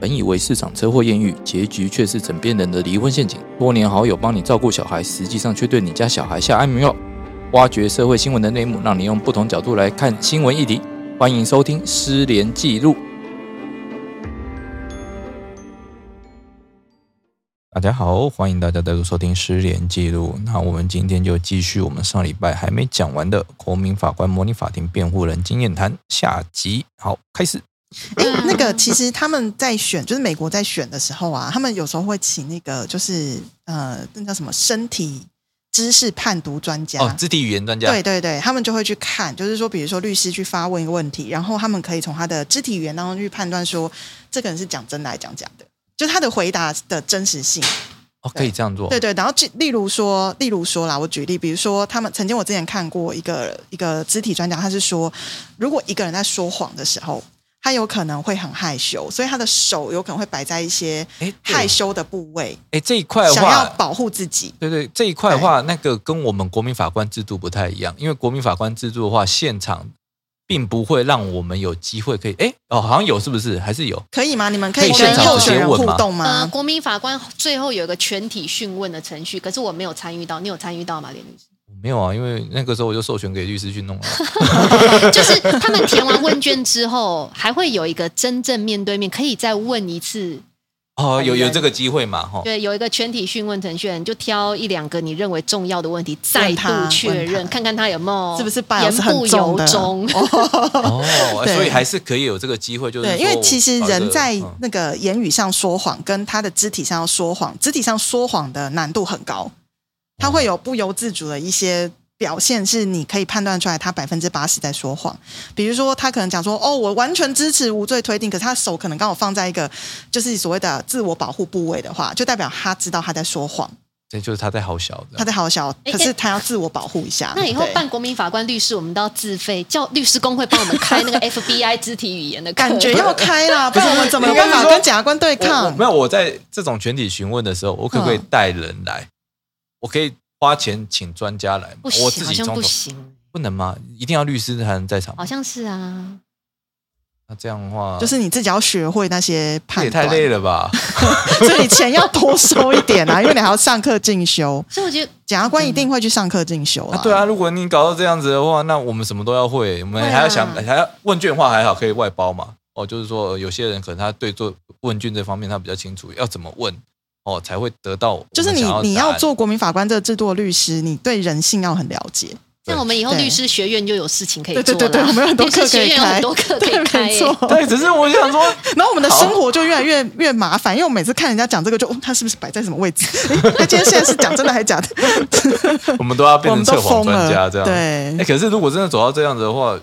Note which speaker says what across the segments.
Speaker 1: 本以为市场车祸艳遇，结局却是枕边人的离婚陷阱。多年好友帮你照顾小孩，实际上却对你家小孩下安眠药。挖掘社会新闻的内幕，让你用不同角度来看新闻议题。欢迎收听《失联记录》。大家好，欢迎大家再度收听《失联记录》。那我们今天就继续我们上礼拜还没讲完的国民法官模拟法庭辩护人经验谈下集。好，开始。
Speaker 2: 哎、那
Speaker 3: 嗯
Speaker 2: 个其实他们在选，就是美国在选的时候啊，他们有时候会请那个就是呃，那叫什么身体知识判读专家。
Speaker 1: 哦，肢体语言专家。
Speaker 2: 对对对，他们就会去看，就是说，比如说律师去发问一个问题，然后他们可以从他的肢体语言当中去判断说，这个人是讲真的还是讲假的，就他的回答的真实性。
Speaker 1: 哦，可以这样做。
Speaker 2: 对对，然后举例如说，例如说啦，我举例，比如说他们曾经我之前看过一个一个肢体专家，他是说，如果一个人在说谎的时候，他有可能会很害羞，所以他的手有可能会摆在一些
Speaker 1: 哎对
Speaker 2: 害羞的部位，
Speaker 1: 哎，这一块的
Speaker 2: 想要
Speaker 1: 话，
Speaker 2: 保护自己。
Speaker 1: 对对，这一块的话，那个跟我们国民法官制度不太一样，因为国民法官制度的话，现场并不会让我们有机会可以，哎，哦，好像有是不是？还是有？
Speaker 2: 可以吗？你们
Speaker 1: 可
Speaker 2: 可
Speaker 1: 以
Speaker 2: 以
Speaker 1: 现
Speaker 2: 跟
Speaker 1: 场
Speaker 2: 候
Speaker 1: 直接
Speaker 2: 选人
Speaker 1: 问
Speaker 2: 互
Speaker 1: 吗
Speaker 2: 动
Speaker 3: 呃，
Speaker 2: 吗？
Speaker 3: 国民法官最后有一个全体讯问的程序，可是我没有参与到，你有参与到吗，连律师？
Speaker 1: 没有啊，因为那个时候我就授权给律师去弄了。
Speaker 3: 就是他们填完问卷之后，还会有一个真正面对面，可以再问一次。
Speaker 1: 哦，有有这个机会嘛？哈、
Speaker 3: 对，有一个全体讯问程序，你就挑一两个你认为重要的问题，再度
Speaker 2: 他
Speaker 3: 确
Speaker 2: 问
Speaker 3: 认，
Speaker 2: 他
Speaker 3: 看看他有没有
Speaker 2: 是不是 bias
Speaker 3: 呃言
Speaker 2: 很
Speaker 3: 不
Speaker 2: 重
Speaker 3: 由
Speaker 2: 的
Speaker 3: 衷。
Speaker 1: 哦，
Speaker 2: 对
Speaker 1: 所以还是可以有这个机会，就是
Speaker 2: 对，因
Speaker 1: 说
Speaker 2: 为
Speaker 1: 我
Speaker 2: 其实
Speaker 1: 把这
Speaker 2: 人
Speaker 1: 个
Speaker 2: 在
Speaker 1: 嗯
Speaker 2: 那个言语上说谎，跟他的肢体上要说谎，肢体上说谎的难度很高，他会有不由自主的一些表现，是你可以判断出来他百分之八十在说谎。比如说，他可能讲说：“哦，我完全支持无罪推定”，可是他手可能刚好放在一个就是所谓的自我保护部位的话，就代表他知道他在说谎，
Speaker 1: 这就是他在好小的。
Speaker 2: 他在好小，
Speaker 3: 哎
Speaker 2: 可是他要自我保护一下。
Speaker 3: 那以后
Speaker 2: 对
Speaker 3: 办国民法官律师，我们都要自费，叫律师工会帮我们开那 个 FBI 肢体语言的课
Speaker 2: 感觉要开啦，不然我们怎么有
Speaker 1: 应该
Speaker 2: 办
Speaker 1: 是
Speaker 2: 法
Speaker 1: 说
Speaker 2: 跟检察官对
Speaker 1: 我我
Speaker 2: 抗
Speaker 1: 没？有，我在这种全体询问的时候，我可不可以
Speaker 2: 嗯
Speaker 1: 带人来？我可以花钱请专家来吗，
Speaker 3: 不
Speaker 1: 我
Speaker 3: 行，
Speaker 1: 自
Speaker 3: 好
Speaker 1: 己
Speaker 3: 像
Speaker 1: 从
Speaker 3: 不
Speaker 1: 头
Speaker 3: 行，
Speaker 1: 不能吗？一定要律师才能在场吗
Speaker 3: 好？像是啊。
Speaker 1: 那这样的话，
Speaker 2: 哦就是你自己要学会那些
Speaker 1: 这
Speaker 2: 判
Speaker 1: 也
Speaker 2: 断，
Speaker 1: 太累了吧？
Speaker 2: 所以你钱要多收一点 啊，因为你还要上课进修。
Speaker 3: 所以我觉得
Speaker 2: 检察官一定会去上课进修
Speaker 1: 啊，对啊，如果你搞到这样子的话，那我们什么都要会，我们还要想，
Speaker 3: 会啊
Speaker 1: 还要问卷的话还好可以外包嘛。哦，就是说呃有些人可能他对做问卷这方面他比较清楚，要怎么问哦才会得到我
Speaker 2: 就是
Speaker 1: 们
Speaker 2: 你
Speaker 1: 想要的
Speaker 2: 你
Speaker 1: 答
Speaker 2: 要
Speaker 1: 案
Speaker 2: 做国民法官这个制度的律师，你对人性要很了解。
Speaker 1: 对
Speaker 3: 像我们以后
Speaker 2: 对
Speaker 3: 律师学院就有事情可以
Speaker 2: 对
Speaker 3: 做
Speaker 2: 对
Speaker 3: 了，
Speaker 2: 对对，我们有很多
Speaker 3: 律
Speaker 2: 课
Speaker 3: 师
Speaker 2: 可
Speaker 3: 学
Speaker 2: 以
Speaker 3: 院有
Speaker 2: 开，
Speaker 3: 很多课可
Speaker 2: 对，
Speaker 3: 以开
Speaker 2: 没
Speaker 3: 耶，
Speaker 2: 错。
Speaker 1: 对，只是我想说，
Speaker 2: 然后我们的
Speaker 1: 好
Speaker 2: 生活就越来越越麻烦，因为我每次看人家讲这个就，哦他是不是摆在什么位置？ 诶他今天现在是讲真的还 是假的？
Speaker 1: 我们都要变成
Speaker 2: 我们都
Speaker 1: 测谎
Speaker 2: 疯
Speaker 1: 专家
Speaker 2: 了。
Speaker 1: 这样。哎、
Speaker 2: 对，
Speaker 1: 可是如果真的走到这样子的话，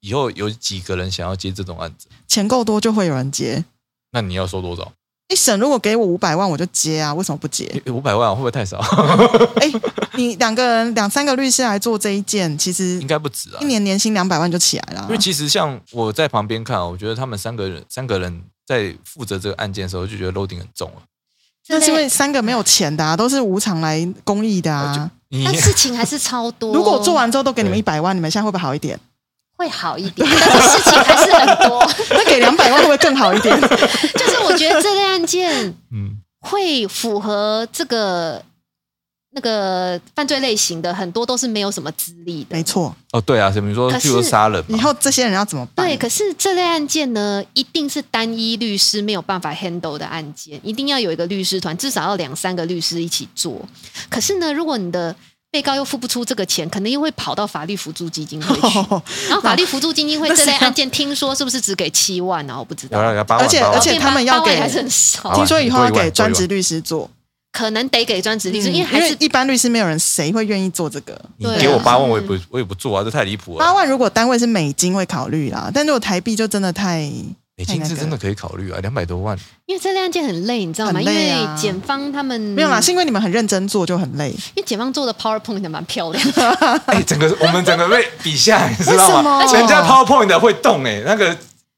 Speaker 1: 以后有几个人想要接这种案子？
Speaker 2: 钱够多就会有人接。
Speaker 1: 那你要收多 少？
Speaker 2: 一审如果给我五百万，我就接啊，为什么 不接？
Speaker 1: 五百万啊会不会太少？
Speaker 2: 哎，你两个人两三个律师来做这一件，其实
Speaker 1: 应该不止啊
Speaker 2: 一。年年薪两百万就起来了啊
Speaker 1: 因为。其实像我在旁边看啊，我觉得他们三个人三个人在负责这个案件的时候，就觉得 loading 很重啊。
Speaker 2: 那是因为
Speaker 3: 对。
Speaker 2: 三个没有钱的啊，都是无偿来公益的啊。
Speaker 1: 你
Speaker 3: 但事情还是超多。
Speaker 2: 如果做完之后都给你们
Speaker 1: 对
Speaker 2: 一百万，你们现在会不会好一点？
Speaker 3: 会好一点，但是事情还是很多。
Speaker 2: 那给两百万会不会更好一点？
Speaker 3: 就是我觉得这类案件
Speaker 1: 嗯，
Speaker 3: 会符合这个那个犯罪类型的，很多都是没有什么资历的。
Speaker 2: 没错，
Speaker 1: 哦，对啊，比如说
Speaker 3: 可
Speaker 1: 譬
Speaker 3: 是
Speaker 1: 如杀人
Speaker 2: 以
Speaker 1: 嘛，
Speaker 2: 后这些人要怎么办？
Speaker 3: 对，可是这类案件呢，一定是单一律师没有办法 handle 的案件，一定要有一个律师团，至少要两三个律师一起做。可是呢，如果你的被告又付不出这个钱，可能又会跑到法律辅助基金会 去。
Speaker 2: 哦
Speaker 3: 然后法律辅助基金会这类案件，听说是不是只给七万啊？我不知
Speaker 1: 有了
Speaker 3: 道。
Speaker 1: 有八万，
Speaker 2: 而且
Speaker 1: 八万
Speaker 2: 而且他们要
Speaker 3: 八万
Speaker 2: 给
Speaker 3: 还是很
Speaker 1: 好
Speaker 3: 少
Speaker 1: 吧，
Speaker 2: 听说以后要
Speaker 1: 多一万
Speaker 2: 给专职律师做，
Speaker 3: 可能得给专职律师，
Speaker 2: 嗯
Speaker 3: 因为还是
Speaker 2: 一般律师没有人谁会愿意做这个。
Speaker 1: 你
Speaker 3: 对啊
Speaker 1: 给我八万，我也不我也不做啊，这太离谱
Speaker 2: 八
Speaker 1: 了。
Speaker 2: 万如果单位是美金会考虑啦，但如果台币就真的太
Speaker 3: 嗯
Speaker 1: 北京哎是真的可以考虑啊，两百多 万。
Speaker 3: 因为这类案件很累，你知道吗？
Speaker 2: 很
Speaker 3: 因
Speaker 2: 累啊
Speaker 3: 为检方他们
Speaker 2: 没有啦，是因为你们很认真做就很累。
Speaker 3: 因为检方做的 PowerPoint 还蛮漂亮的，
Speaker 1: 哎、整个我们整个被比下来，你知道吗？
Speaker 2: 为什么
Speaker 1: 人家 PowerPoint 的会动哎、那个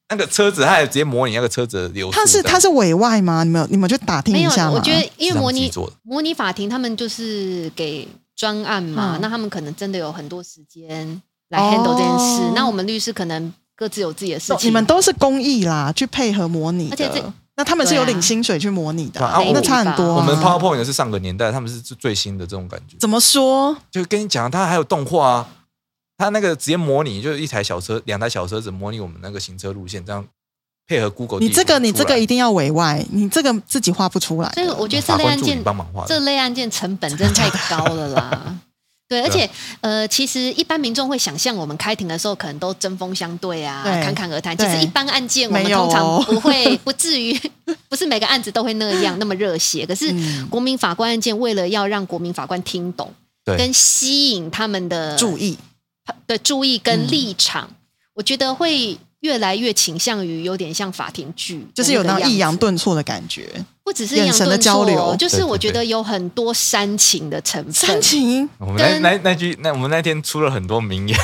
Speaker 1: 那个车子，它还直接模拟那个车子的流速。
Speaker 2: 他是他是委外吗？你们有你们就打 听
Speaker 3: 没
Speaker 2: 一
Speaker 3: 有
Speaker 2: 下，嘛。
Speaker 3: 我觉得因为模
Speaker 1: 是他们自己
Speaker 3: 拟
Speaker 1: 做的
Speaker 3: 模拟法庭，他们就是给专案嘛，
Speaker 2: 嗯
Speaker 3: 那他们可能真的有很多时间来
Speaker 2: 哦
Speaker 3: handle 这件事。那我们律师可能各自有自己的事
Speaker 2: 都
Speaker 3: 情，
Speaker 2: 你们都是公益啦，去配合模拟的。
Speaker 3: 而且这
Speaker 2: 那他们是有
Speaker 3: 对啊
Speaker 2: 领薪水去模拟的啊、
Speaker 1: 啊我
Speaker 2: 那差很多、啊。
Speaker 1: 我们 PowerPoint 是上个年代，他们是最最新的这种感觉。
Speaker 2: 怎么说？
Speaker 1: 就跟你讲，它还有动画啊，它那个直接模拟，就是一台小车、两台小车子模拟我们那个行车路线，这样配合 Google
Speaker 2: 你
Speaker 1: 地图
Speaker 2: 这个你
Speaker 1: 出来嗯
Speaker 2: 这个一定要委外，你这个自己画不出来的。
Speaker 3: 所以我觉得这
Speaker 1: 法
Speaker 3: 类
Speaker 1: 官
Speaker 3: 案
Speaker 1: 助理
Speaker 3: 件，
Speaker 1: 帮忙画
Speaker 3: 这
Speaker 1: 的，
Speaker 3: 类案件成本真的太高了啦。对，而且呃，其实一般民众会想象我们开庭的时候可能都针锋相对啊，
Speaker 2: 对
Speaker 3: 侃侃而谈。其
Speaker 2: 对
Speaker 3: 实一般案件我们
Speaker 2: 没有
Speaker 3: 通
Speaker 2: 哦
Speaker 3: 常不会， 不至于，不是每个案子都会那样那么热血。可是
Speaker 2: 嗯
Speaker 3: 国民法官案件，为了要让国民法官听懂，
Speaker 1: 对
Speaker 3: 跟吸引他们的
Speaker 2: 注意，
Speaker 3: 的注意跟
Speaker 2: 嗯
Speaker 3: 立场，我觉得会越来越倾向于有点像法庭剧的那个样子，
Speaker 2: 就是有那种抑扬顿挫的感觉。
Speaker 3: 不只是
Speaker 2: 眼
Speaker 3: 一样
Speaker 2: 神的
Speaker 3: 顿
Speaker 2: 交
Speaker 3: 挫
Speaker 2: 流
Speaker 3: 哦就是
Speaker 1: 对
Speaker 3: 我
Speaker 1: 对
Speaker 3: 觉
Speaker 1: 对
Speaker 3: 得有很多煽情的成
Speaker 2: 煽
Speaker 3: 分。
Speaker 2: 情，
Speaker 1: 我们那
Speaker 3: 跟
Speaker 1: 那那句那我们那天出了很多名言，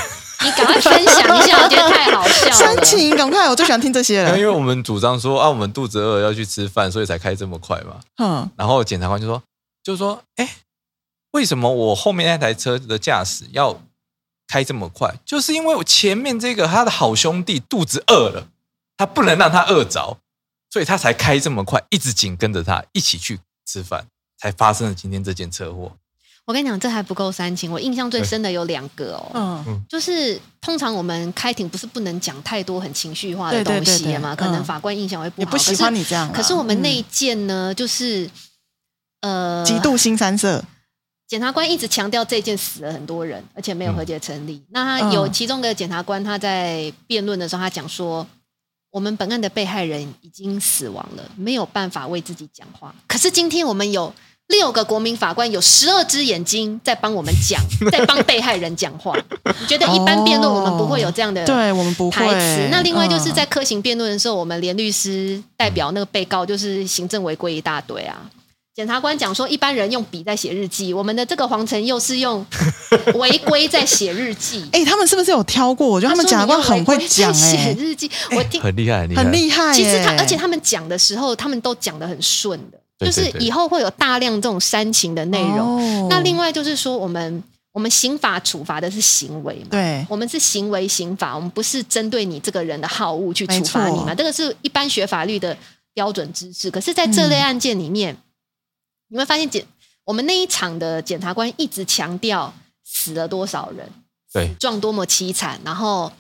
Speaker 3: 你赶快分享一下，我觉得太好笑
Speaker 2: 煽
Speaker 3: 了。
Speaker 2: 情，赶快！我最喜欢听这些
Speaker 1: 因
Speaker 2: 了。
Speaker 1: 为我们主张说啊，我们肚子饿要去吃饭，所以才开这么快嘛。
Speaker 2: 嗯，
Speaker 1: 然后检察官就说，就说，哎，为什么我后面那台车的驾驶要开这么快？就是因为我前面这个他的好兄弟肚子饿了，他不能让他饿着，所以他才开这么快，一直紧跟着他一起去吃饭，才发生了今天这件车祸。
Speaker 3: 我跟你讲，这还不够煽情。我印象最深的有两个哦，
Speaker 2: 嗯，
Speaker 3: 就是通常我们开庭不是不能讲太多很情绪化的
Speaker 2: 对对
Speaker 3: 东
Speaker 2: 对
Speaker 3: 西啊
Speaker 2: 对
Speaker 3: 嘛，可
Speaker 2: 嗯
Speaker 3: 能法官印象会不
Speaker 2: 也
Speaker 3: 好。
Speaker 2: 不喜欢
Speaker 3: 可是
Speaker 2: 你这样啊。
Speaker 3: 可是我们那
Speaker 2: 嗯
Speaker 3: 一件呢，就是呃，
Speaker 2: 极度新三色，
Speaker 3: 检察官一直强调这件死了很多人，而且没有和解成立。那他有
Speaker 2: 嗯
Speaker 3: 其中一个检察官他在辩论的时候，他讲说，我们本案的被害人已经死亡了，没有办法为自己讲话。可是今天我们有六个国民法官，有十二只眼睛在帮我们讲，在帮被害人讲话。你觉得一般辩论我们不会有这样的？
Speaker 2: 对我们不会
Speaker 3: 台词。。那另外就是
Speaker 2: 嗯
Speaker 3: 在科刑辩论的时候，我们连律师代表那个被告就是行政违规一大堆啊。检察官讲说，一般人用笔在写日记，我们的这个黄晨又是 用违规在写日记。
Speaker 2: 哎、他们是不是有挑过？我觉得他们
Speaker 3: 说
Speaker 2: 检察官
Speaker 3: 你用
Speaker 2: 很会
Speaker 3: 违规在
Speaker 2: 讲、
Speaker 3: 写
Speaker 2: 欸，
Speaker 3: 日记。我听，
Speaker 1: 很厉害，很厉害，
Speaker 2: 很厉害、欸。
Speaker 3: 其实他，而且他们讲的时候，他们都讲的很顺的，
Speaker 1: 对
Speaker 3: 就是
Speaker 1: 对对
Speaker 3: 以后会有大量这种煽情的内容。
Speaker 2: 哦
Speaker 3: 那另外就是说，我们我们刑法处罚的是行为嘛，
Speaker 2: 对
Speaker 3: 我们是行为刑法，我们不是针对你这个人的好恶去处
Speaker 2: 没
Speaker 3: 罚
Speaker 2: 错
Speaker 3: 你嘛。这个是一般学法律的标准知识。可是，在这类
Speaker 2: 嗯
Speaker 3: 案件里面，你会发现检我们那一场的检察官一直强调死了多少人，
Speaker 1: 对
Speaker 3: 死状多么凄惨，然后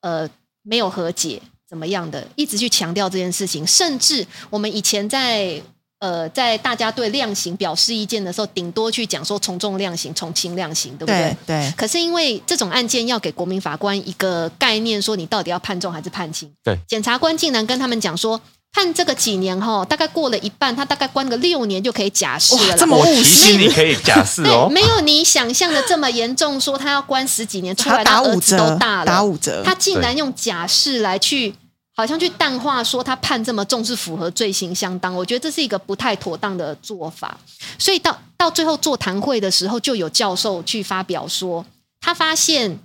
Speaker 3: 呃没有和解怎么样的，一直去强调这件事情。甚至我们以前在呃在大家对量刑表示意见的时候，顶多去讲说从重量刑、从轻量刑，对不对
Speaker 2: 对对
Speaker 3: 可是因为这种案件要给国民法官一个概念，说你到底要判重还是判轻。
Speaker 1: 对
Speaker 3: 检察官竟然跟他们讲说，判这个几年哈，大概过了一半，他大概关个六年就可以假释了
Speaker 2: 哇
Speaker 3: 啦。
Speaker 2: 这么
Speaker 1: 我
Speaker 2: 务
Speaker 1: 提
Speaker 2: 实
Speaker 1: 醒你可以假释
Speaker 3: 对，
Speaker 1: 哦，
Speaker 3: 没有你想象的这么严重，说他要关十几年，出
Speaker 2: 他
Speaker 3: 来
Speaker 2: 打
Speaker 3: 儿
Speaker 2: 五
Speaker 3: 子
Speaker 2: 折
Speaker 3: 都大，
Speaker 2: 打
Speaker 3: 了，
Speaker 2: 五
Speaker 1: 呃
Speaker 2: 折，
Speaker 3: 他竟然用假释来去。好像去淡化说他判这么重是符合罪行相当，我觉得这是一个不太妥当的做法。所以到到最后座谈会的时候，就有教授去发表说，他发现，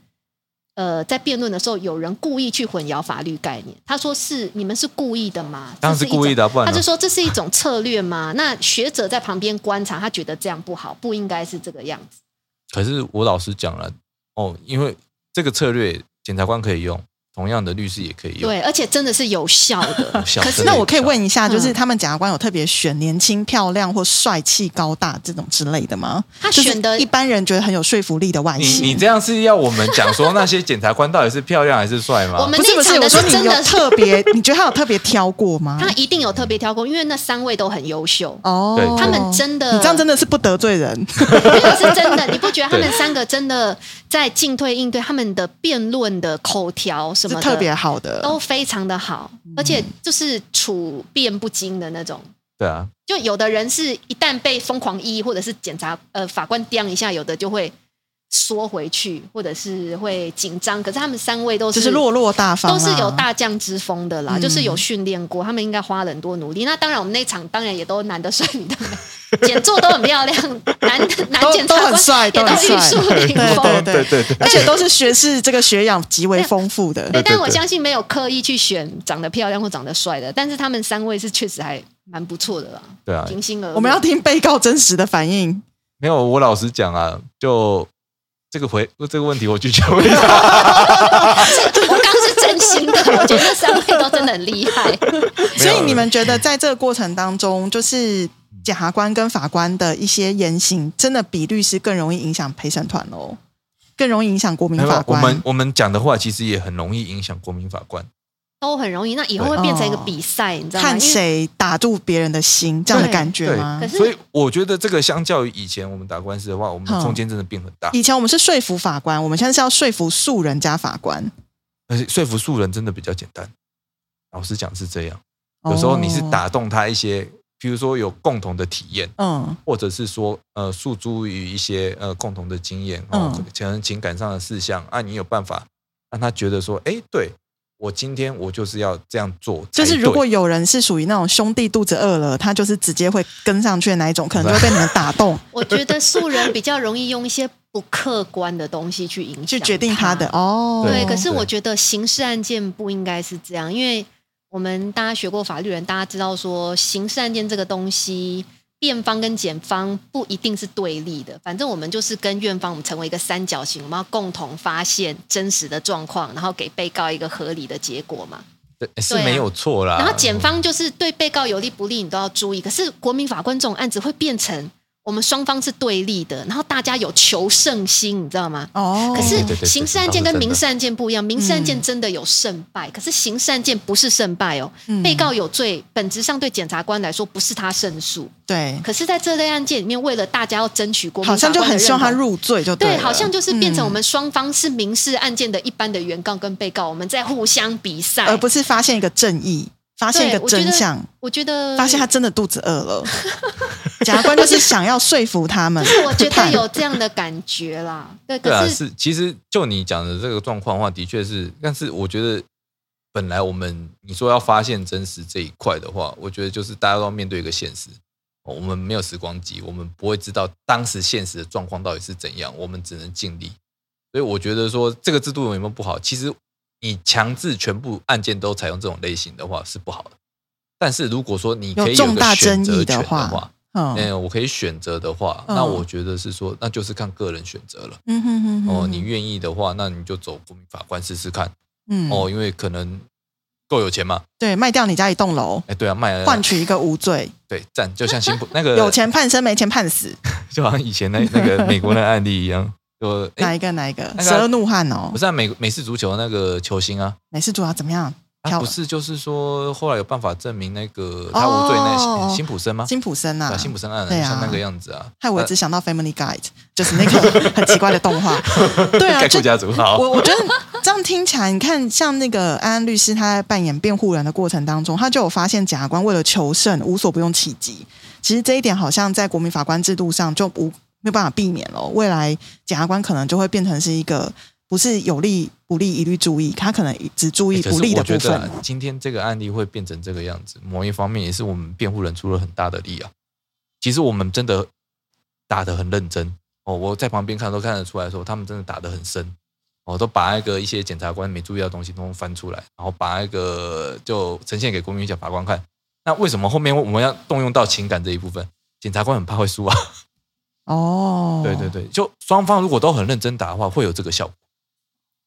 Speaker 3: 呃，在辩论的时候有人故意去混淆法律概念。他说是你们是故意的吗？
Speaker 1: 当然是
Speaker 3: 这一种
Speaker 1: 故意的啊不然呢
Speaker 3: 他就说这是一种策略吗？那学者在旁边观察，他觉得这样不好，不应该是这个样子。
Speaker 1: 可是我老实讲了，哦，因为这个策略检察官可以用，同样的律师也可以用。
Speaker 3: 对，而且真的是有效的。
Speaker 1: 有效
Speaker 3: 可是
Speaker 1: 真的
Speaker 2: 那
Speaker 1: 有
Speaker 2: 我可以
Speaker 1: 效
Speaker 2: 问一下，就是
Speaker 3: 嗯
Speaker 2: 他们检察官有特别选年轻、漂亮或帅气、高大这种之类的吗？
Speaker 3: 他
Speaker 2: 就是
Speaker 3: 选的
Speaker 2: 一般人觉得很有说服力的外
Speaker 1: 你你
Speaker 2: 形。
Speaker 1: 这样是要我们讲说那些检察官到底是漂亮还是帅吗？
Speaker 3: 我们
Speaker 2: 不是
Speaker 3: 那
Speaker 2: 不
Speaker 3: 一
Speaker 2: 是，
Speaker 3: 场
Speaker 2: 我
Speaker 3: 的
Speaker 2: 说你
Speaker 3: 真
Speaker 2: 有
Speaker 3: 的是，
Speaker 2: 特别，你觉得他有特别挑过吗？
Speaker 3: 他一定有特别挑过，因为那三位都很优秀。
Speaker 1: 对
Speaker 2: 哦，
Speaker 1: 对
Speaker 3: 他们真的，
Speaker 2: 你这样真的是不得罪人，
Speaker 3: 没有是真的，你不觉 得他们三个真的在进退应对他们的辩论的口条什
Speaker 2: 是
Speaker 3: 么的
Speaker 2: 特别好的。
Speaker 3: 都非常的好，而且就是处变不惊的那种。
Speaker 1: 对啊，
Speaker 3: 就有的人是一旦被疯狂异议，或者是检察呃法官刁一下，有的就会缩回去，或者是会紧张。可是他们三位都
Speaker 2: 就是是落落大方啊、
Speaker 3: 都是有大将之风的啦，
Speaker 2: 嗯
Speaker 3: 就是有训练过，他们应该花了很多努力。那当然，我们那场当然也都男的帅，女的 美，检座都很漂亮， 男男
Speaker 2: 都
Speaker 3: 检察
Speaker 2: 都很帅
Speaker 3: 官也
Speaker 2: 都很
Speaker 3: 玉树临
Speaker 2: 对
Speaker 3: 风。
Speaker 2: 对
Speaker 1: 对对
Speaker 2: 而且都是学士这个学养极为丰富的。
Speaker 3: 对，但
Speaker 1: 对
Speaker 3: 我
Speaker 1: 对
Speaker 3: 相信没有刻意去选长得漂亮或长得帅的，但是他们三位是确实还蛮不错的啦，
Speaker 1: 对啊，
Speaker 3: 平心而论。
Speaker 2: 哎我们要听被告真实的反应。
Speaker 1: 没有我老实讲啊， 就这个回这个问题我拒绝回答。
Speaker 3: 我刚是真心的，我觉得这三位都真的很厉害。
Speaker 2: 所以你们觉得在这个过程当中，就是检察官跟法官的一些言行，真的比律师更容易影响陪审团喽，更容易影响国民
Speaker 1: 没有
Speaker 2: 法
Speaker 1: 哎我
Speaker 2: 官。
Speaker 1: 们我们讲的话，其实也很容易影响国民法官。
Speaker 3: 都很容易，那以后会变成一个比赛，你知道吗？
Speaker 2: 看
Speaker 3: 因为
Speaker 2: 谁打住别人的心，这样的感觉
Speaker 1: 对
Speaker 2: 吗
Speaker 3: 可？是
Speaker 1: 所以我觉得这个相较于以前我们打官司的话，我们
Speaker 2: 嗯
Speaker 1: 中间真的变很大，
Speaker 2: 以前我们是说服法官，我们现在是要说服素人加法官。
Speaker 1: 而且说服素人真的比较简单。老实讲是这样，有时候你是
Speaker 2: 哦，
Speaker 1: 打动他一些，比如说有共同的体验，
Speaker 2: 嗯
Speaker 1: 或者是说呃诉诸于一些呃共同的经验哦
Speaker 2: 嗯，
Speaker 1: 可能情感上的事项啊，你有办法让他觉得说，哎，对我今天我就是要这样做才对，
Speaker 2: 就是如果有人是属于那种兄弟肚子饿了，他就是直接会跟上去的那一种，可能就会被你们打 动，
Speaker 3: 我觉得素人比较容易用一些不客观的东西去影响，
Speaker 2: 去决定他的。哦。
Speaker 3: 对，
Speaker 1: 对
Speaker 3: 可是我觉得刑事案件不应该是这样，因为我们大家学过法律人，大家知道说刑事案件这个东西，辩方跟检方不一定是对立的，反正我们就是跟院方，我们成为一个三角形，我们要共同发现真实的状况，然后给被告一个合理的结果嘛。
Speaker 1: 对是
Speaker 3: 对啊
Speaker 1: 没有错啦。
Speaker 3: 然后检方就是对被告有利不利，你都要注意。可是国民法官这种案子会变成我们双方是对立的，然后大家有求胜心，你知道吗？
Speaker 2: 哦，嗯
Speaker 3: 可是
Speaker 1: 对对对
Speaker 3: 刑事案件
Speaker 1: 这倒是真的
Speaker 3: 跟民事案件不一样，民事案件真的有胜败，可是刑事案件不是胜败哦，
Speaker 2: 嗯
Speaker 3: 被告有罪，本质上对检察官来说不是他胜诉，
Speaker 2: 对，
Speaker 3: 可是在这类案件里面，为了大家要争取国民
Speaker 2: 好像就
Speaker 3: 法官
Speaker 2: 很
Speaker 3: 的认
Speaker 2: 希望他
Speaker 3: 同
Speaker 2: 入罪就
Speaker 3: 对，
Speaker 2: 了
Speaker 3: 好像就是变成
Speaker 2: 嗯
Speaker 3: 我们双方是民事案件的一般的原告跟被告，我们在互相比赛，
Speaker 2: 嗯而不是发现一个正义，发现一个
Speaker 3: 对我觉得呃
Speaker 2: 真相，
Speaker 3: 我觉得
Speaker 2: 发现他真的肚子饿 了。检察官就是想要说服他们，
Speaker 3: 我觉得有这样的感觉啦。对，
Speaker 1: 对啊，
Speaker 3: 可是
Speaker 1: 是其实就你讲的这个状况的话，的确是，但是我觉得本来我们你说要发现真实这一块的话，我觉得就是大家都要面对一个现实，哦我们没有时光机，我们不会知道当时现实的状况到底是怎样，我们只能尽力。所以我觉得说这个制度有没有不好，其实你强制全部案件都采用这种类型的话是不好的。但是如果说你可以
Speaker 2: 有
Speaker 1: 有
Speaker 2: 重
Speaker 1: 一个
Speaker 2: 大
Speaker 1: 选
Speaker 2: 争
Speaker 1: 择
Speaker 2: 议
Speaker 1: 权
Speaker 2: 的
Speaker 1: 的
Speaker 2: 话
Speaker 1: 话，
Speaker 2: 嗯
Speaker 1: 嗯，我可以选择的话，
Speaker 2: 嗯
Speaker 1: 那我觉得是说，那就是看个人选择了。
Speaker 2: 嗯哼哼哼
Speaker 1: 哦，你愿意的话，那你就走国民法官试试看。
Speaker 2: 嗯
Speaker 1: 哦，因为可能够有钱嘛。
Speaker 2: 对卖掉你家一栋楼，
Speaker 1: 哎，对啊，卖了
Speaker 2: 换取一个无罪，
Speaker 1: 对赞，就像 新浦那个
Speaker 2: 有，钱判生，没钱判死，
Speaker 1: 就好像以前那那 个美国那个案例一样，就
Speaker 2: 哪
Speaker 1: 哎，
Speaker 2: 一个哪一个
Speaker 1: 那个
Speaker 2: 十二怒汉哦
Speaker 1: 不，是啊美美式足球那个球星啊，
Speaker 2: 美式主要怎么样？
Speaker 1: 他
Speaker 2: 跳
Speaker 1: 啊不
Speaker 2: 了
Speaker 1: 是就是说后来有办法证明那个他无罪那
Speaker 2: 哦
Speaker 1: 辛辛普森吗？
Speaker 2: 辛普森
Speaker 1: 对
Speaker 2: 啊
Speaker 1: 啊，，辛普森案啊
Speaker 2: 对啊
Speaker 1: 像那个样子啊，
Speaker 2: 害我
Speaker 1: 那
Speaker 2: 只想到 Family Guide，就是那个 很奇怪的动画，对啊，
Speaker 1: 概
Speaker 2: 就
Speaker 1: 括家族好，
Speaker 2: 我我觉得这样听起来，你看，像那个安安律师，他在扮演辩护人的过程当中，他就有发现检察官为了求胜，无所不用其极。其实这一点好像在国民法官制度上就无没有办法避免了。哦未来检察官可能就会变成是一个不是有利不利一律注意，他可能只注意
Speaker 1: 欸可是
Speaker 2: 不利的
Speaker 1: 我觉
Speaker 2: 部
Speaker 1: 得啊
Speaker 2: 分。
Speaker 1: 今天这个案例会变成这个样子，某一方面也是我们辩护人出了很大的力啊。其实我们真的打得很认真哦，我在旁边看都看得出来说，他们真的打得很深哦，都把那个一些检察官没注意到的东西都翻出来，然后把那个就呈现给国民小法官看。那为什么后面我们要动用到情感这一部分？检察官很怕会输啊。
Speaker 2: 哦，
Speaker 1: 对对。对，就双方如果都很认真打的话，会有这个效果。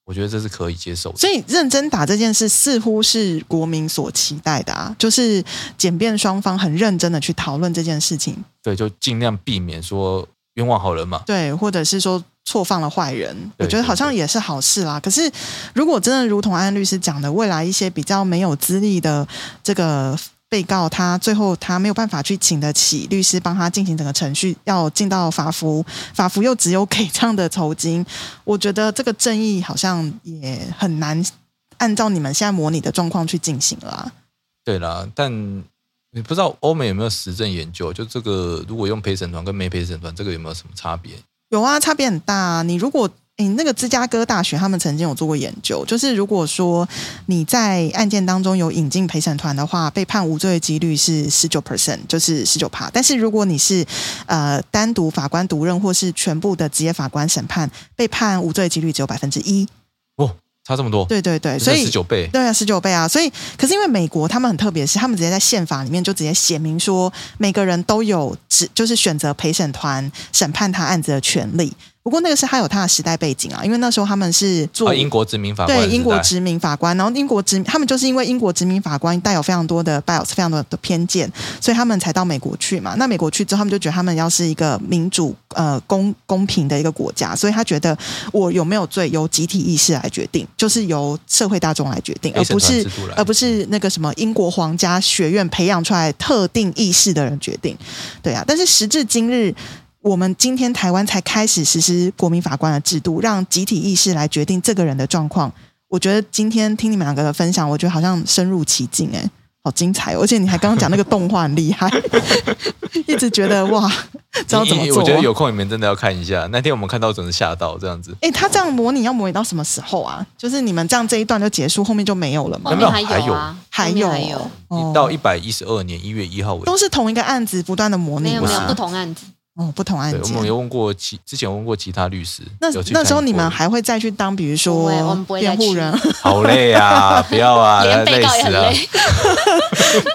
Speaker 1: 我觉得这是可以接受的。
Speaker 2: 所以认真打这件事，似乎是国民所期待的啊，就是检辩双方很认真的去讨论这件事情，
Speaker 1: 对，就尽量避免说冤枉好人嘛。
Speaker 2: 对，或者是说错放了坏人，
Speaker 1: 对
Speaker 2: 我觉得好像
Speaker 1: 对
Speaker 2: 也是好事啦。可是，如果真的如同安安律师讲的，未来一些比较没有资历的这个被告，他最后他没有办法去请得起律师帮他进行整个程序，要进到法服，法服又只有给这样的酬金，我觉得这个正义好像也很难按照你们现在模拟的状况去进行了啊。
Speaker 1: 对啦，但你不知道欧美有没有实证研究，就这个如果用陪审团跟没陪审团，这个有没有什么差别？
Speaker 2: 有啊，差别很大、啊。你如果你那个芝加哥大学，他们曾经有做过研究，就是如果说你在案件当中有引进陪审团的话，被判无罪的几率是十九 percent，就是十九趴。但是如果你是呃单独法官独任或是全部的职业法官审判，被判无罪的几率只有百分之一。
Speaker 1: 哦，差这么多，
Speaker 2: 对对对，所以
Speaker 1: 十九倍，
Speaker 2: 对啊，十九倍啊！所以，可是因为美国他们很特别，是他们直接在宪法里面就直接写明说，每个人都有只就是选择陪审团审判他案子的权利。不过那个是他有他的时代背景啊，因为那时候他们是做、
Speaker 1: 啊，英国殖民法官
Speaker 2: 对英国
Speaker 1: 时代
Speaker 2: 殖民法官，然后英国殖民他们就是因为英国殖民法官带有非常多的 bias，非常多的偏见，所以他们才到美国去嘛。那美国去之后，他们就觉得他们要是一个民主、呃公公平的一个国家，所以他觉得我有没有罪由集体意识来决定，就是由社会大众来决定，而
Speaker 1: 陪审
Speaker 2: 不
Speaker 1: 团
Speaker 2: 是
Speaker 1: 制度来
Speaker 2: 而不是那个什么英国皇家学院培养出来特定意识的人决定。对啊，但是时至今日，我们今天台湾才开始实施国民法官的制度，让集体意识来决定这个人的状况。我觉得今天听你们两个的分享，我觉得好像深入其境、哎，好精彩、哦！而且你还刚刚讲那个动画很厉 害，一直觉得哇，知道怎么
Speaker 1: 因为
Speaker 2: 做、
Speaker 1: 我觉得
Speaker 2: 哦。
Speaker 1: 有空你们真的要看一下。那天我们看到真的吓到这样子，
Speaker 2: 哎，他这样模拟要模拟到什么时候啊？就是你们这样这一段就结束，后面就没有了
Speaker 3: 后
Speaker 2: 吗？
Speaker 1: 没
Speaker 3: 面
Speaker 1: 有
Speaker 3: 还有啊，
Speaker 2: 还
Speaker 3: 后面
Speaker 2: 有
Speaker 3: 还有，
Speaker 2: 哦
Speaker 1: 到一百一十二年一月一号为止
Speaker 2: 都是同一个案子不断的模
Speaker 3: 没
Speaker 2: 拟
Speaker 3: 有
Speaker 2: 吗
Speaker 3: 没有不同案子，
Speaker 2: 哦，不同案
Speaker 1: 对，我们
Speaker 2: 件。
Speaker 1: 有问过其之前有问过其他律师，
Speaker 2: 那
Speaker 1: 有去
Speaker 2: 那
Speaker 1: 看
Speaker 2: 时候你
Speaker 1: 过
Speaker 2: 们还会再去当，比如
Speaker 3: 不会我
Speaker 2: 说
Speaker 3: 们不会再
Speaker 2: 辩护人，
Speaker 1: 好累啊，不要啊，
Speaker 3: 连被
Speaker 1: 累
Speaker 3: 告也
Speaker 1: 死
Speaker 3: 很
Speaker 1: 了。
Speaker 3: 累。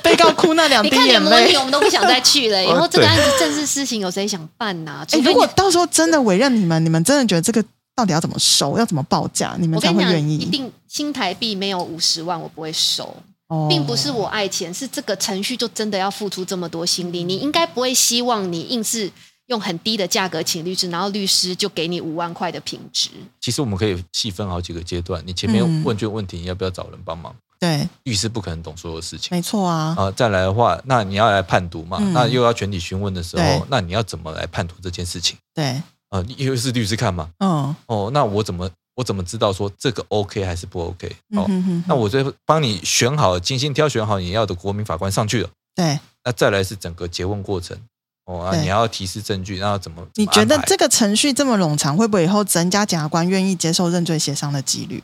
Speaker 2: 被告哭那两
Speaker 3: 你
Speaker 2: 滴
Speaker 3: 看连
Speaker 2: 眼
Speaker 3: 模拟
Speaker 2: 泪。
Speaker 3: 我们都不想再去 了，然后
Speaker 1: 哦
Speaker 3: 这个
Speaker 1: 对
Speaker 3: 案子正式事情有谁想办呐？
Speaker 2: 哎、
Speaker 3: 除非
Speaker 2: 如果
Speaker 3: 你
Speaker 2: 到时候真的委任你们，你们真的觉得这个到底要怎么收，要怎么报价，你们
Speaker 3: 我
Speaker 2: 才
Speaker 3: 跟你
Speaker 2: 会
Speaker 3: 讲，
Speaker 2: 愿
Speaker 3: 一
Speaker 2: 意？
Speaker 3: 定新台币没有五十万，我不会收。
Speaker 2: 哦
Speaker 3: 并不是我爱钱，是这个程序就真的要付出这么多心力。你应该不会希望你硬是用很低的价格请律师，然后律师就给你五万块的品质。
Speaker 1: 其实我们可以细分好几个阶段。你前面
Speaker 2: 嗯
Speaker 1: 问这个问题，你要不要找人帮忙？
Speaker 2: 对，
Speaker 1: 律师不可能懂所有事情
Speaker 2: 没错啊。
Speaker 1: 啊、再来的话，那你要来判读嘛？
Speaker 2: 嗯
Speaker 1: 那又要全体询问的时
Speaker 2: 对
Speaker 1: 候，那你要怎么来判读这件事情？
Speaker 2: 对，
Speaker 1: 啊、又是律师看嘛？
Speaker 2: 嗯，
Speaker 1: 哦，那我怎么我怎么知道说这个 OK 还是不 OK？
Speaker 2: 嗯
Speaker 1: 哦，
Speaker 2: 哼哼
Speaker 1: 那
Speaker 2: 哼
Speaker 1: 我最后帮你选好，精心挑选好你要的国民法官上去了。
Speaker 2: 对，
Speaker 1: 那再来是整个诘问过程哦，啊，
Speaker 2: 对
Speaker 1: 你要提示证据，然后怎么
Speaker 2: 你觉
Speaker 1: 怎
Speaker 2: 得
Speaker 1: 么安排
Speaker 2: 这个程序这么冗长，会不会以后增加检察官愿意接受认罪协商的几率？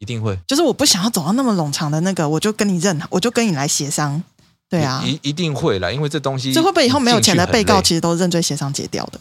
Speaker 1: 一定会？
Speaker 2: 就是我不想要走到那么冗长的那个，我就跟你认，我就跟你来协商。对啊，
Speaker 1: 一一定会啦，因为这东西
Speaker 2: 这会不会以后没有钱的被告，
Speaker 1: 实
Speaker 2: 其实都认罪协商解掉的？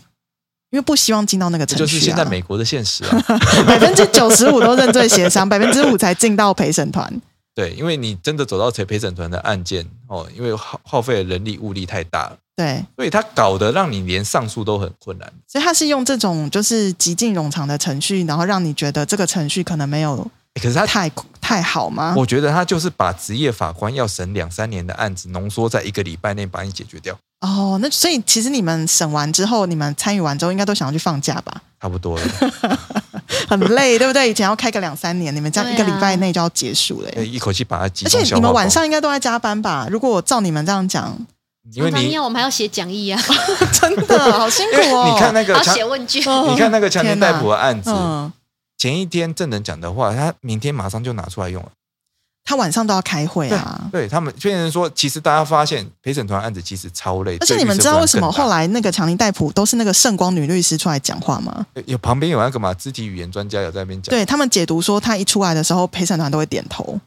Speaker 2: 因为不希望进到那个程序、
Speaker 1: 就
Speaker 2: 啊。
Speaker 1: 是现在美国的现实啊。
Speaker 2: 百分之九十五都认罪协商，百分之五才进到陪审团。
Speaker 1: 对，因为你真的走到陪陪审团的案件哦，因为耗耗费的人力物力太大了，
Speaker 2: 对，
Speaker 1: 所以他搞得让你连上诉都很困难。
Speaker 2: 所以他是用这种就是极尽冗长的程序，然后让你觉得这个程序可能没有
Speaker 1: 诶可是他，
Speaker 2: 太太好吗？
Speaker 1: 我觉得他就是把职业法官要审两三年的案子浓缩在一个礼拜内把你解决掉，
Speaker 2: 哦，那所以其实你们审完之后，你们参与完之后，应该都想要去放假吧？
Speaker 1: 差不多了。
Speaker 2: 很累，对不对？以前要开个两三年，你们这样一个
Speaker 3: 对啊
Speaker 2: 礼拜内就要结束了耶、
Speaker 1: 诶一口气把它集
Speaker 2: 而
Speaker 1: 中
Speaker 2: 且
Speaker 1: 消化
Speaker 2: 你们
Speaker 1: 光
Speaker 2: 晚，上应该都在加班吧？如果我照你们这样讲，
Speaker 1: 因为
Speaker 3: 常常
Speaker 1: 你
Speaker 3: 要我们还要写讲义啊，
Speaker 2: 真的好辛苦
Speaker 1: 因为
Speaker 2: 哦。
Speaker 1: 你看那
Speaker 3: 还
Speaker 1: 个
Speaker 3: 要
Speaker 1: 强，
Speaker 3: 写问句。
Speaker 2: 哦
Speaker 1: 你看那个强
Speaker 2: 天
Speaker 1: 奸
Speaker 2: 哪
Speaker 1: 逮捕的案子，
Speaker 2: 嗯，
Speaker 1: 前一天证人讲的话，他明天马上就拿出来用了。
Speaker 2: 他晚上都要开会啊。
Speaker 1: 对他们，虽然说，其实大家发现陪审团案子其实超累，
Speaker 2: 而且
Speaker 1: 对
Speaker 2: 你们
Speaker 1: 律师
Speaker 2: 知道
Speaker 1: 负担
Speaker 2: 为什么
Speaker 1: 更大
Speaker 2: 后来那个强尼戴普都是那个圣光女律师出来讲话吗？
Speaker 1: 有旁边有那个嘛肢体语言专家有在那边讲，
Speaker 2: 对他们解读说，他一出来的时候，陪审团都会点头，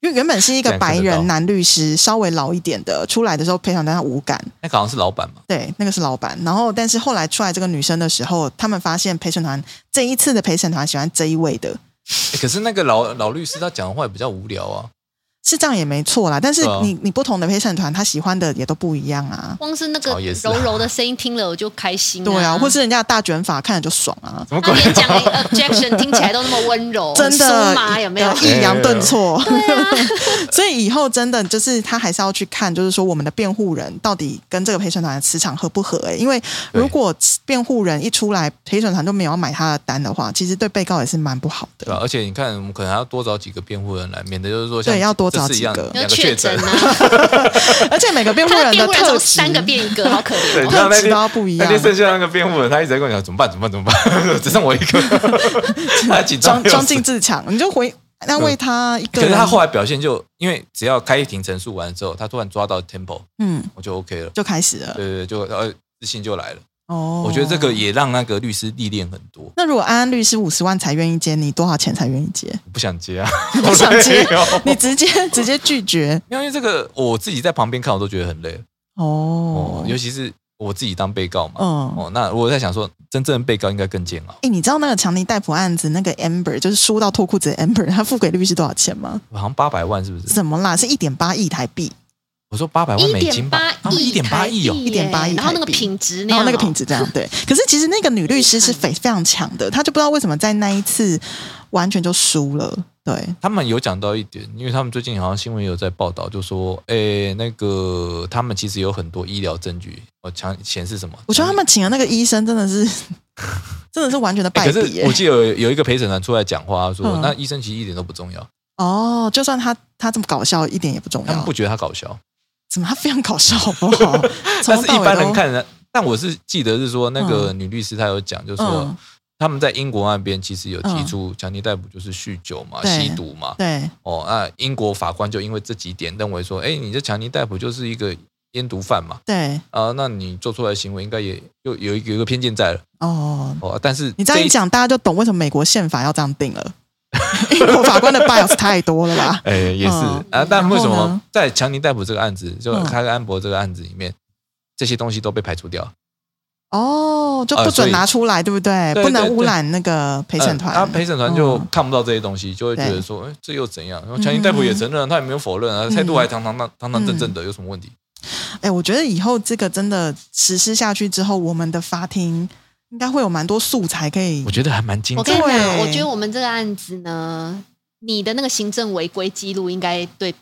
Speaker 2: 因为原本是一
Speaker 1: 这
Speaker 2: 个
Speaker 1: 样
Speaker 2: 白
Speaker 1: 看得到
Speaker 2: 人男律师，稍微老一点的，出来的时候陪审团他无感，
Speaker 1: 那个好像是老板嘛，
Speaker 2: 对，那个是老板。然后，但是后来出来这个女生的时候，他们发现陪审团这一次的陪审团喜欢这一位的，
Speaker 1: 诶欸可是那个老老律师他讲的话也比较无聊啊，
Speaker 2: 是这样也没错啦。但是
Speaker 1: 对啊
Speaker 2: 你你不同的陪审团，他喜欢的也都不一样啊。
Speaker 3: 光是那个
Speaker 1: 哦也是
Speaker 3: 柔
Speaker 1: 啊
Speaker 3: 柔的声音听了我就开心、
Speaker 2: 对啊，
Speaker 3: 啊，
Speaker 2: 或是人家的大卷发看着就爽啊，
Speaker 1: 什么
Speaker 3: 他
Speaker 1: 鬼？
Speaker 3: 连讲 objection 听起来都那么温柔，
Speaker 2: 真的
Speaker 3: 酥哦麻有没有？哎啊
Speaker 2: 抑扬顿挫。 所以以后真的就是他还是要去看，就是说我们的辩护人到底跟这个陪审团的磁场合不合、欸？因为如果辩护人一出来，陪审团就没有要买他的单的话，其实对被告也是蛮不好
Speaker 1: 对吧、啊
Speaker 2: 的。
Speaker 1: 而且你看，我们可能还要多找几个辩护人来，免得就是说像
Speaker 2: 对要多找
Speaker 1: 这次
Speaker 2: 几
Speaker 1: 一样
Speaker 2: 个
Speaker 3: 有
Speaker 1: 两个确诊
Speaker 3: 诊，啊，
Speaker 2: 而且每个辩护
Speaker 3: 他的
Speaker 2: 人
Speaker 3: 辩
Speaker 2: 的
Speaker 3: 护人从
Speaker 2: 特质，
Speaker 3: 三个变一个，好可怜
Speaker 1: 对，
Speaker 3: 哦
Speaker 1: 你。知道那
Speaker 2: 特质都要
Speaker 1: 天
Speaker 2: 不一
Speaker 1: 那
Speaker 2: 样。
Speaker 1: 天剩下那个辩护人，他一直在跟我讲怎么办，怎么办，怎么办， 只剩我一个，他紧张
Speaker 2: 装
Speaker 1: 得要
Speaker 2: 装
Speaker 1: 死
Speaker 2: 进啊自强，你就回安慰他一个
Speaker 1: 可
Speaker 2: 人。
Speaker 1: 是他后来表现就，因为只要开庭陈述完之后，他突然抓到 tempo，
Speaker 2: 嗯
Speaker 1: 我就 OK 了，
Speaker 2: 就开始了
Speaker 1: 对对对，就呃自信就来了。
Speaker 2: 哦。
Speaker 1: 我觉得这个也让那个律师历练很多，
Speaker 2: 那如果安安律师五十万才愿意接，你多少钱才愿意接？
Speaker 1: 我不想接啊，
Speaker 2: 不想 接
Speaker 1: 没有，
Speaker 2: 你直接 直接拒绝
Speaker 1: 因为这个我自己在旁边看我都觉得很累
Speaker 2: 哦
Speaker 1: 哦，。尤其是我自己当被告嘛，
Speaker 2: 嗯，
Speaker 1: 哦，那我在想说，真正的被告应该更煎熬，
Speaker 2: 哎、你知道那个强尼戴普案子那个 Amber 就是输到脱裤子的 Amber，他付给律师多少钱吗？
Speaker 1: 嗯好像八百万是不是？
Speaker 2: 怎么啦？是一点八亿台币，
Speaker 4: 我说八百万
Speaker 3: 一
Speaker 4: 美
Speaker 3: 点
Speaker 4: 金吧
Speaker 3: 八，
Speaker 4: 他们
Speaker 3: 亿，
Speaker 4: 一点八亿哦，
Speaker 2: 1.8亿
Speaker 3: 然后那个
Speaker 2: 台币
Speaker 3: 品质那
Speaker 2: 然
Speaker 3: 样
Speaker 2: 后
Speaker 3: 哦，
Speaker 2: 那个品质这样对。可是其实那个女律师是非非常强的，她就不知道为什么在那一次完全就输了。对，
Speaker 1: 他们有讲到一点，因为他们最近好像新闻有在报道，就说，诶、那个他们其实有很多医疗证据，我强显示什么？
Speaker 2: 我觉得他们请的那个医生真的 是真的是完全的败
Speaker 1: 诶哎可
Speaker 2: 笔、
Speaker 1: 是
Speaker 2: 欸
Speaker 1: 我记得有有一个陪审团出来讲话他说，
Speaker 2: 嗯
Speaker 1: 那医生其实一点都不重要，
Speaker 2: 哦，就算他他这么搞笑一点也不重
Speaker 1: 他们
Speaker 2: 要
Speaker 1: 不，觉得他搞笑，
Speaker 2: 怎么他非常搞笑好不 好？从
Speaker 1: 但
Speaker 2: 头
Speaker 1: 是
Speaker 2: 到
Speaker 1: 一
Speaker 2: 尾
Speaker 1: 般
Speaker 2: 都
Speaker 1: 人看人，但我是记得是说那个女律师她有讲，就说、
Speaker 2: 嗯
Speaker 1: 他们在英国那边其实有提出强力逮捕就是酗酒嘛、
Speaker 2: 对
Speaker 1: 吸毒嘛，
Speaker 2: 对
Speaker 1: 哦，那英国法官就因为这几点认为说，哎，你这强力逮捕就是一个烟毒贩嘛，
Speaker 2: 对
Speaker 1: 啊、那你做出来的行为应该也又有一个有一个偏见在了
Speaker 2: 哦。
Speaker 1: 哦。但是
Speaker 2: 你这样一
Speaker 1: 一，
Speaker 2: 讲，大家就懂为什么美国宪法要这样 定了。英国法官的 bias 太多了吧？
Speaker 1: 哎，也是、
Speaker 2: 嗯
Speaker 1: 啊。但为什
Speaker 2: 然后
Speaker 1: 么
Speaker 2: 呢
Speaker 1: 在强尼逮捕这个案子，就
Speaker 2: 嗯
Speaker 1: 开安博这个案子里面，这些东西都被排除掉？
Speaker 2: 哦，就
Speaker 1: 呃
Speaker 2: 不
Speaker 1: 所
Speaker 2: 准
Speaker 1: 以
Speaker 2: 拿出来，对不对？
Speaker 1: 对
Speaker 2: 不
Speaker 1: 对
Speaker 2: 能污
Speaker 1: 对
Speaker 2: 染那个陪审团。
Speaker 1: 他啊陪审团就
Speaker 2: 嗯
Speaker 1: 看不到这些东西，就会觉得
Speaker 2: 对嗯
Speaker 1: 说，哎，这又怎样？然后强尼逮捕也承认，他也没有否认啊，态度还堂堂堂堂堂正正的，有什么问题？
Speaker 2: 哎，我觉得以后这个真的实施下去之后，我们的法庭应该会有蛮多素材可以
Speaker 1: 嗯我。觉得还蛮精
Speaker 3: 我
Speaker 1: 彩
Speaker 3: 跟你讲，
Speaker 2: 对
Speaker 3: 我觉得我们这个案子呢，你的那个行政违规记录应该对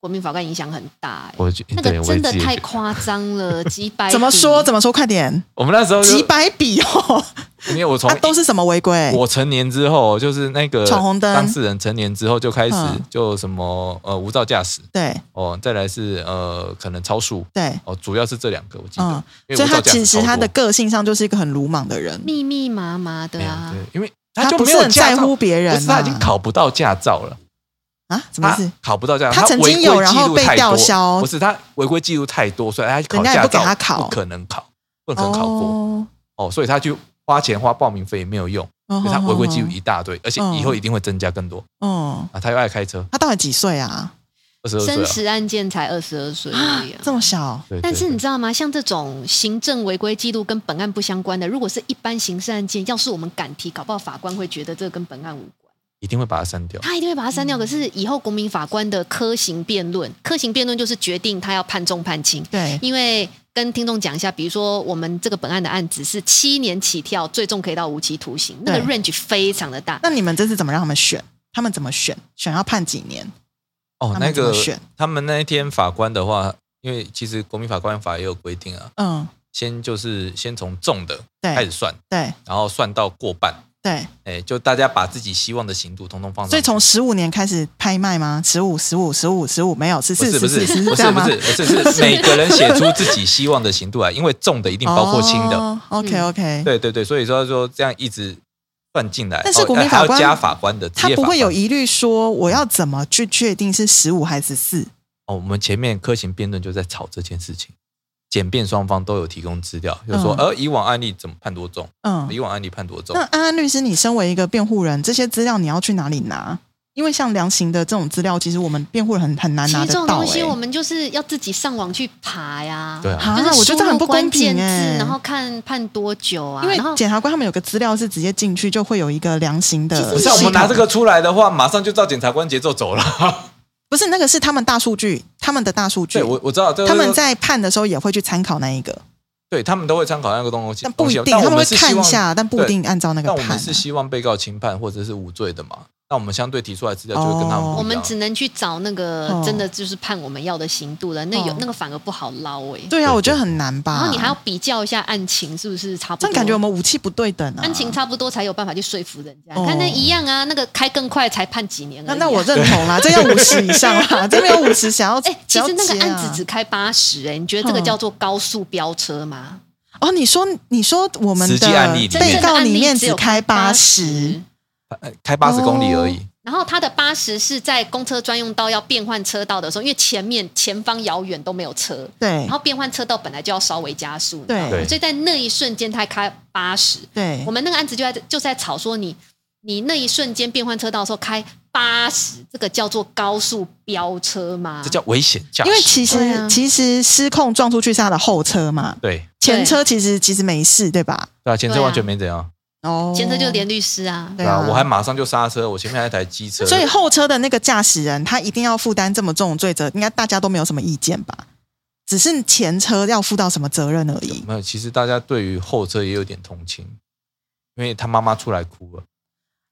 Speaker 3: 国民法官影响很大、欸。
Speaker 1: 我觉
Speaker 3: 那
Speaker 1: 对
Speaker 3: 个
Speaker 1: 我
Speaker 3: 真的
Speaker 1: 自己也
Speaker 3: 太
Speaker 1: 觉得
Speaker 3: 夸张了，几百
Speaker 2: 怎么说？怎
Speaker 3: 么
Speaker 2: 么说？快点，
Speaker 1: 我们那时候就
Speaker 2: 几，百笔哦！
Speaker 1: 因为我呃从
Speaker 2: 啊，都是什么违规？
Speaker 1: 我成年之后，就是那个
Speaker 2: 闯红灯
Speaker 1: 当事人成年之后就开始
Speaker 2: 嗯
Speaker 1: 就什么呃无照驾驶
Speaker 2: 对
Speaker 1: 哦，再来是呃可能超速
Speaker 2: 对，
Speaker 1: 哦，主要是这两个我记得，
Speaker 2: 嗯，
Speaker 1: 因为
Speaker 2: 所
Speaker 1: 无
Speaker 2: 以
Speaker 1: 照
Speaker 2: 他
Speaker 1: 驾驶
Speaker 2: 其实
Speaker 1: 超
Speaker 2: 他
Speaker 1: 过
Speaker 2: 的个性上就是一个很鲁莽的人，
Speaker 3: 密密麻麻的
Speaker 1: 没有
Speaker 3: 啊？
Speaker 1: 对，因为就
Speaker 2: 不
Speaker 1: 没
Speaker 2: 是
Speaker 1: 有
Speaker 2: 很
Speaker 1: 驾
Speaker 2: 在
Speaker 1: 照
Speaker 2: 乎，别人、
Speaker 1: 不
Speaker 2: 啊。
Speaker 1: 是他已经考不到驾照了，
Speaker 2: 啊？什么意
Speaker 1: 他
Speaker 2: 思？
Speaker 1: 考不到驾照，
Speaker 2: 他曾
Speaker 1: 违规
Speaker 2: 经有然
Speaker 1: 记
Speaker 2: 后
Speaker 1: 录
Speaker 2: 被
Speaker 1: 太
Speaker 2: 吊
Speaker 1: 多
Speaker 2: 销
Speaker 1: 不是他违规记录太多，所以他考
Speaker 2: 人
Speaker 1: 驾
Speaker 2: 家也不给
Speaker 1: 照
Speaker 2: 他考
Speaker 1: 不可能考，不可能考过
Speaker 2: 哦，
Speaker 1: 哦，所以他就花钱花报名费也没有用，
Speaker 2: 哦
Speaker 1: 所以他违规记录一大堆，而且以后一定会增加更多
Speaker 2: 哦，
Speaker 1: 啊，他又爱开车。
Speaker 2: 他到底几岁啊？
Speaker 1: 二十二岁
Speaker 3: 真
Speaker 1: 了，
Speaker 3: 实案件才二十二岁而已、啊。
Speaker 2: 这么小？
Speaker 1: 对
Speaker 3: 但
Speaker 1: 对
Speaker 3: 是
Speaker 1: 对
Speaker 3: 你知道吗？像这种行政违规记录跟本案不相关的，如果是一般刑事案件，要是我们敢提，搞不好法官会觉得这个跟本案无关，
Speaker 1: 一定会把它删掉。
Speaker 3: 他一定会把它删掉。可是以后国民法官的科刑辩论，科刑辩论就是决定他要判重判轻。
Speaker 2: 对，
Speaker 3: 因为跟听众讲一下，比如说我们这个本案的案子是七年起跳，最重可以到无期徒刑，那个 range 非常的大。
Speaker 2: 那你们这次怎么让他们选？他们怎么选？选要判几年？
Speaker 1: 哦，
Speaker 2: 他们
Speaker 1: 那
Speaker 2: 怎么
Speaker 1: 个
Speaker 2: 选
Speaker 1: 他们那一天法官的话，因为其实国民法官法也有规定啊，
Speaker 2: 嗯，
Speaker 1: 先就是先从重的开始
Speaker 2: 对
Speaker 1: 算，
Speaker 2: 对
Speaker 1: 然后算到过半，
Speaker 2: 对，
Speaker 1: 哎，就大家把自己希望的刑度通通放上去。
Speaker 2: 所以从十五年开始拍卖吗？十五、十五、十五、十五，没有，是
Speaker 1: 不
Speaker 2: 四
Speaker 1: 是
Speaker 2: 十、
Speaker 1: 不是不
Speaker 2: 四
Speaker 1: 是
Speaker 2: 十，
Speaker 1: 不
Speaker 2: 这
Speaker 1: 是
Speaker 2: 样
Speaker 1: 不
Speaker 2: 吗？哦
Speaker 1: 是不是是每个人写出自己希望的刑度来，因为重的一定包括轻的，
Speaker 2: 哦、OK
Speaker 3: 嗯
Speaker 2: OK，、
Speaker 1: 对对对，所以说说这样一直算进来，
Speaker 2: 但是
Speaker 1: 哦
Speaker 2: 国民
Speaker 1: 还要
Speaker 2: 法官
Speaker 1: 加法官的职
Speaker 2: 他
Speaker 1: 业法
Speaker 2: 不
Speaker 1: 官
Speaker 2: 会有疑虑说我要怎么去确定是十五还是四？
Speaker 1: 哦，我们前面科刑辩论就在吵这件事情，检辩双方都有提供资料，就说、
Speaker 2: 嗯
Speaker 1: 呃以往案例怎么判多重，
Speaker 2: 嗯，
Speaker 1: 以往案例判多重
Speaker 2: 那，安安律师，你身为一个辩护人，这些资料你要去哪里拿？因为像量刑的这种资料，其实我们辩护人很很难
Speaker 3: 其
Speaker 2: 拿
Speaker 3: 实
Speaker 2: 得
Speaker 3: 这种
Speaker 2: 到、
Speaker 3: 东西
Speaker 2: 欸。
Speaker 3: 我们就是要自己上网去爬呀，
Speaker 1: 对啊，
Speaker 2: 啊
Speaker 3: 就是
Speaker 2: 我觉得这
Speaker 3: 输入
Speaker 2: 很不
Speaker 3: 关
Speaker 2: 公
Speaker 3: 键字
Speaker 2: 平哎、
Speaker 3: 然后看判多久啊，
Speaker 2: 因为
Speaker 3: 然后
Speaker 2: 检察官他们有个资料是直接进去就会有一个量刑的
Speaker 3: 其
Speaker 2: 系
Speaker 1: 不
Speaker 3: 实
Speaker 2: 统，
Speaker 1: 是啊我们拿这个出来的话，马上就照检察官节奏走了。
Speaker 2: 不是那个是他们大数据，他们的大数据
Speaker 1: 对，，我我知道，这个
Speaker 2: 他们在判的时候也会去参考那一个，
Speaker 1: 对他们都会参考那个东西，
Speaker 2: 但不
Speaker 1: 东
Speaker 2: 一
Speaker 1: 西哦啊
Speaker 2: 定，
Speaker 1: 但
Speaker 2: 他
Speaker 1: 我们
Speaker 2: 们会
Speaker 1: 是
Speaker 2: 看
Speaker 1: 希
Speaker 2: 一
Speaker 1: 望
Speaker 2: 下，但不一定按照那个
Speaker 1: 但我
Speaker 2: 判
Speaker 1: 们
Speaker 2: 啊、
Speaker 1: 是希望被告轻判或者是无罪的嘛。那我们相对提出来资料就会跟他们不一样
Speaker 2: 哦
Speaker 3: 我们只能去找那个
Speaker 2: 哦
Speaker 3: 真的就是判我们要的刑度了，那有
Speaker 2: 哦
Speaker 3: 那个反而不好捞哎。
Speaker 2: 对啊，
Speaker 1: 对
Speaker 2: 我觉得很难吧。
Speaker 3: 然后你还要比较一下案情是不是差不
Speaker 2: 这
Speaker 3: 多，
Speaker 2: 样感觉我们武器不对等啊。
Speaker 3: 案情差不多才有办法去说服人家。
Speaker 2: 哦
Speaker 3: 你看那一样啊，那个开更快才判几年而已
Speaker 2: 那
Speaker 3: 啊。
Speaker 2: 那我认同啦，这要五十以上 啦，这没有五十想要。
Speaker 3: 哎、其实那
Speaker 2: 只
Speaker 3: 个
Speaker 2: 要接啊
Speaker 3: 案子只开八十，哎，你觉得这个叫做高速飙车吗？
Speaker 2: 哦，你说你说我们
Speaker 1: 实际案例
Speaker 2: 的
Speaker 1: 里面
Speaker 2: 被告
Speaker 3: 真
Speaker 2: 里面
Speaker 3: 正的案例只有
Speaker 2: 开八十
Speaker 3: 80，
Speaker 1: 呃开八十公里而
Speaker 2: 哦
Speaker 1: 已。
Speaker 3: 然后他的八十是在公车专用道要变换车道的时候，因为前面前方遥远都没有车，
Speaker 2: 对
Speaker 3: 然后变换车道本来就要稍微加速，你知道吗
Speaker 1: 对
Speaker 2: 对
Speaker 3: 所以在那一瞬间他开八十，
Speaker 1: 哎
Speaker 2: 对
Speaker 3: 我，们那个案子就在就在吵说你你那一瞬间变换车道的时候开八十，这个叫做高速飙车吗？
Speaker 1: 这叫危险驾驶。
Speaker 2: 因为其实、
Speaker 3: 对啊
Speaker 2: 其实失控撞出去是他的后车嘛，
Speaker 1: 对
Speaker 2: 前车其实其实没事，对吧？
Speaker 1: 对啊，前车
Speaker 3: 对啊
Speaker 1: 完全没怎样，
Speaker 2: 哦，
Speaker 3: 前车就是连律师啊，
Speaker 2: 对
Speaker 1: 啊
Speaker 2: 啊，，
Speaker 1: 我还马上就刹车，我前面还有一台机车，
Speaker 2: 所以后车的那个驾驶人他一定要负担这么重的罪责，应该大家都没有什么意见吧？只是前车要负到什么责任而已。
Speaker 1: 没有，其实大家对于后车也有点同情，因为他妈妈出来哭了，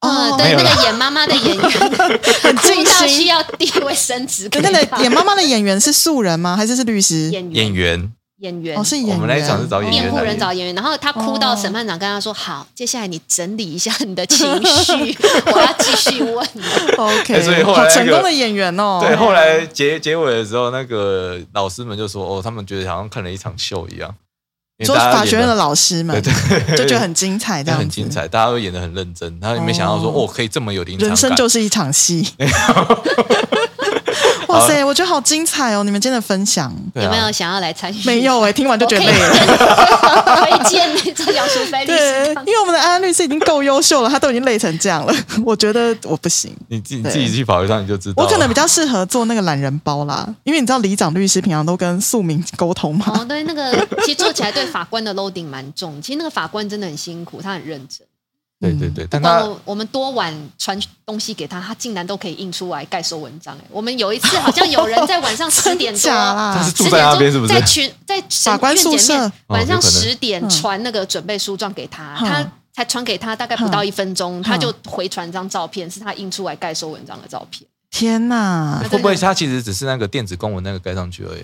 Speaker 3: 啊、
Speaker 2: 没
Speaker 3: 对，
Speaker 2: 有
Speaker 1: 哦
Speaker 3: 那
Speaker 1: 啦
Speaker 3: 个演妈妈的演员 很
Speaker 2: 尽
Speaker 3: 到
Speaker 2: 心
Speaker 3: 需要地位升职给
Speaker 2: 等
Speaker 3: 他，
Speaker 2: 等等，演妈妈的演员是素人吗？还是是律师？
Speaker 3: 演
Speaker 1: 演
Speaker 3: 员
Speaker 1: 员，
Speaker 3: 演员
Speaker 2: 哦，是演
Speaker 1: 我
Speaker 2: 员。
Speaker 1: 们那一场是找演
Speaker 3: 辩
Speaker 1: 员
Speaker 3: 护
Speaker 1: 来
Speaker 3: 人
Speaker 1: 演
Speaker 3: 找演员，然后他哭
Speaker 2: 哦
Speaker 3: 到审判长跟他说：“好，接下来你整理一下你的情绪，
Speaker 1: 哦
Speaker 3: 我要继续问你。
Speaker 2: OK，、
Speaker 1: 哎所以后来
Speaker 2: 好
Speaker 1: 那个
Speaker 2: 成功的演员哦。
Speaker 1: 对，后来结结尾的时候，那个老师们就说：“哦，他们觉得好像看了一场秀一样，因为
Speaker 2: 说
Speaker 1: 大家
Speaker 2: 法
Speaker 1: 演
Speaker 2: 学院的
Speaker 1: 得
Speaker 2: 老师们
Speaker 1: 对对，
Speaker 2: 就觉得很精彩，
Speaker 1: 那
Speaker 2: 这样子
Speaker 1: 很精。彩，大家都演得很认真，他也没想到说
Speaker 2: 哦
Speaker 1: 哦，可以这么有临场感。
Speaker 2: 人生就是一 场戏。哇塞，我觉得好精彩哦！你们今天的分享
Speaker 1: 对
Speaker 3: 有
Speaker 1: 啊
Speaker 3: 没有想要来参与？
Speaker 2: 没有哎、听
Speaker 3: 我
Speaker 2: 完就
Speaker 3: 可
Speaker 2: 觉
Speaker 3: 以
Speaker 2: 得累 了。
Speaker 3: 推荐那这杨淑菲律
Speaker 2: 对
Speaker 3: 师，
Speaker 2: 因为我们的安律师已经够优秀了，他都已经累成这样了， 我觉得我不行。
Speaker 1: 你自己
Speaker 2: 对
Speaker 1: 自己去跑一趟你就知道啊
Speaker 2: 我
Speaker 1: 了。
Speaker 2: 可能比较适合做那个懒人包啦，因为你知道里长律师平常都跟庶民沟通嘛。
Speaker 3: 哦，对，那个其实做起来对法官的 loading 蛮重，其实那个法官真的很辛苦，他很认真。
Speaker 1: 对
Speaker 2: 嗯
Speaker 1: 对对，但
Speaker 3: 那
Speaker 1: 他
Speaker 3: 我我们多晚传东西给他，他竟然都可以印出来盖收文章、哎，我们有一次好像有人在晚上十点多
Speaker 2: 真假啦
Speaker 1: 他是
Speaker 3: 10
Speaker 1: 住
Speaker 3: 点
Speaker 1: 在那边是
Speaker 3: 钟
Speaker 1: 不是
Speaker 3: 在？群在审
Speaker 2: 法官
Speaker 3: 院
Speaker 2: 宿
Speaker 3: 前面
Speaker 2: 舍
Speaker 3: 晚
Speaker 1: 哦
Speaker 3: 上
Speaker 1: 有可能
Speaker 3: 十点
Speaker 2: 嗯
Speaker 3: 传那个准备书状给他，
Speaker 2: 嗯
Speaker 3: 他才传给他大概不到一分钟，他
Speaker 2: 嗯
Speaker 3: 就回传张照片，是他印出来盖收文章的照片，
Speaker 2: 天哪！
Speaker 1: 会不会他其实只是那个电子公文那个盖上去而已？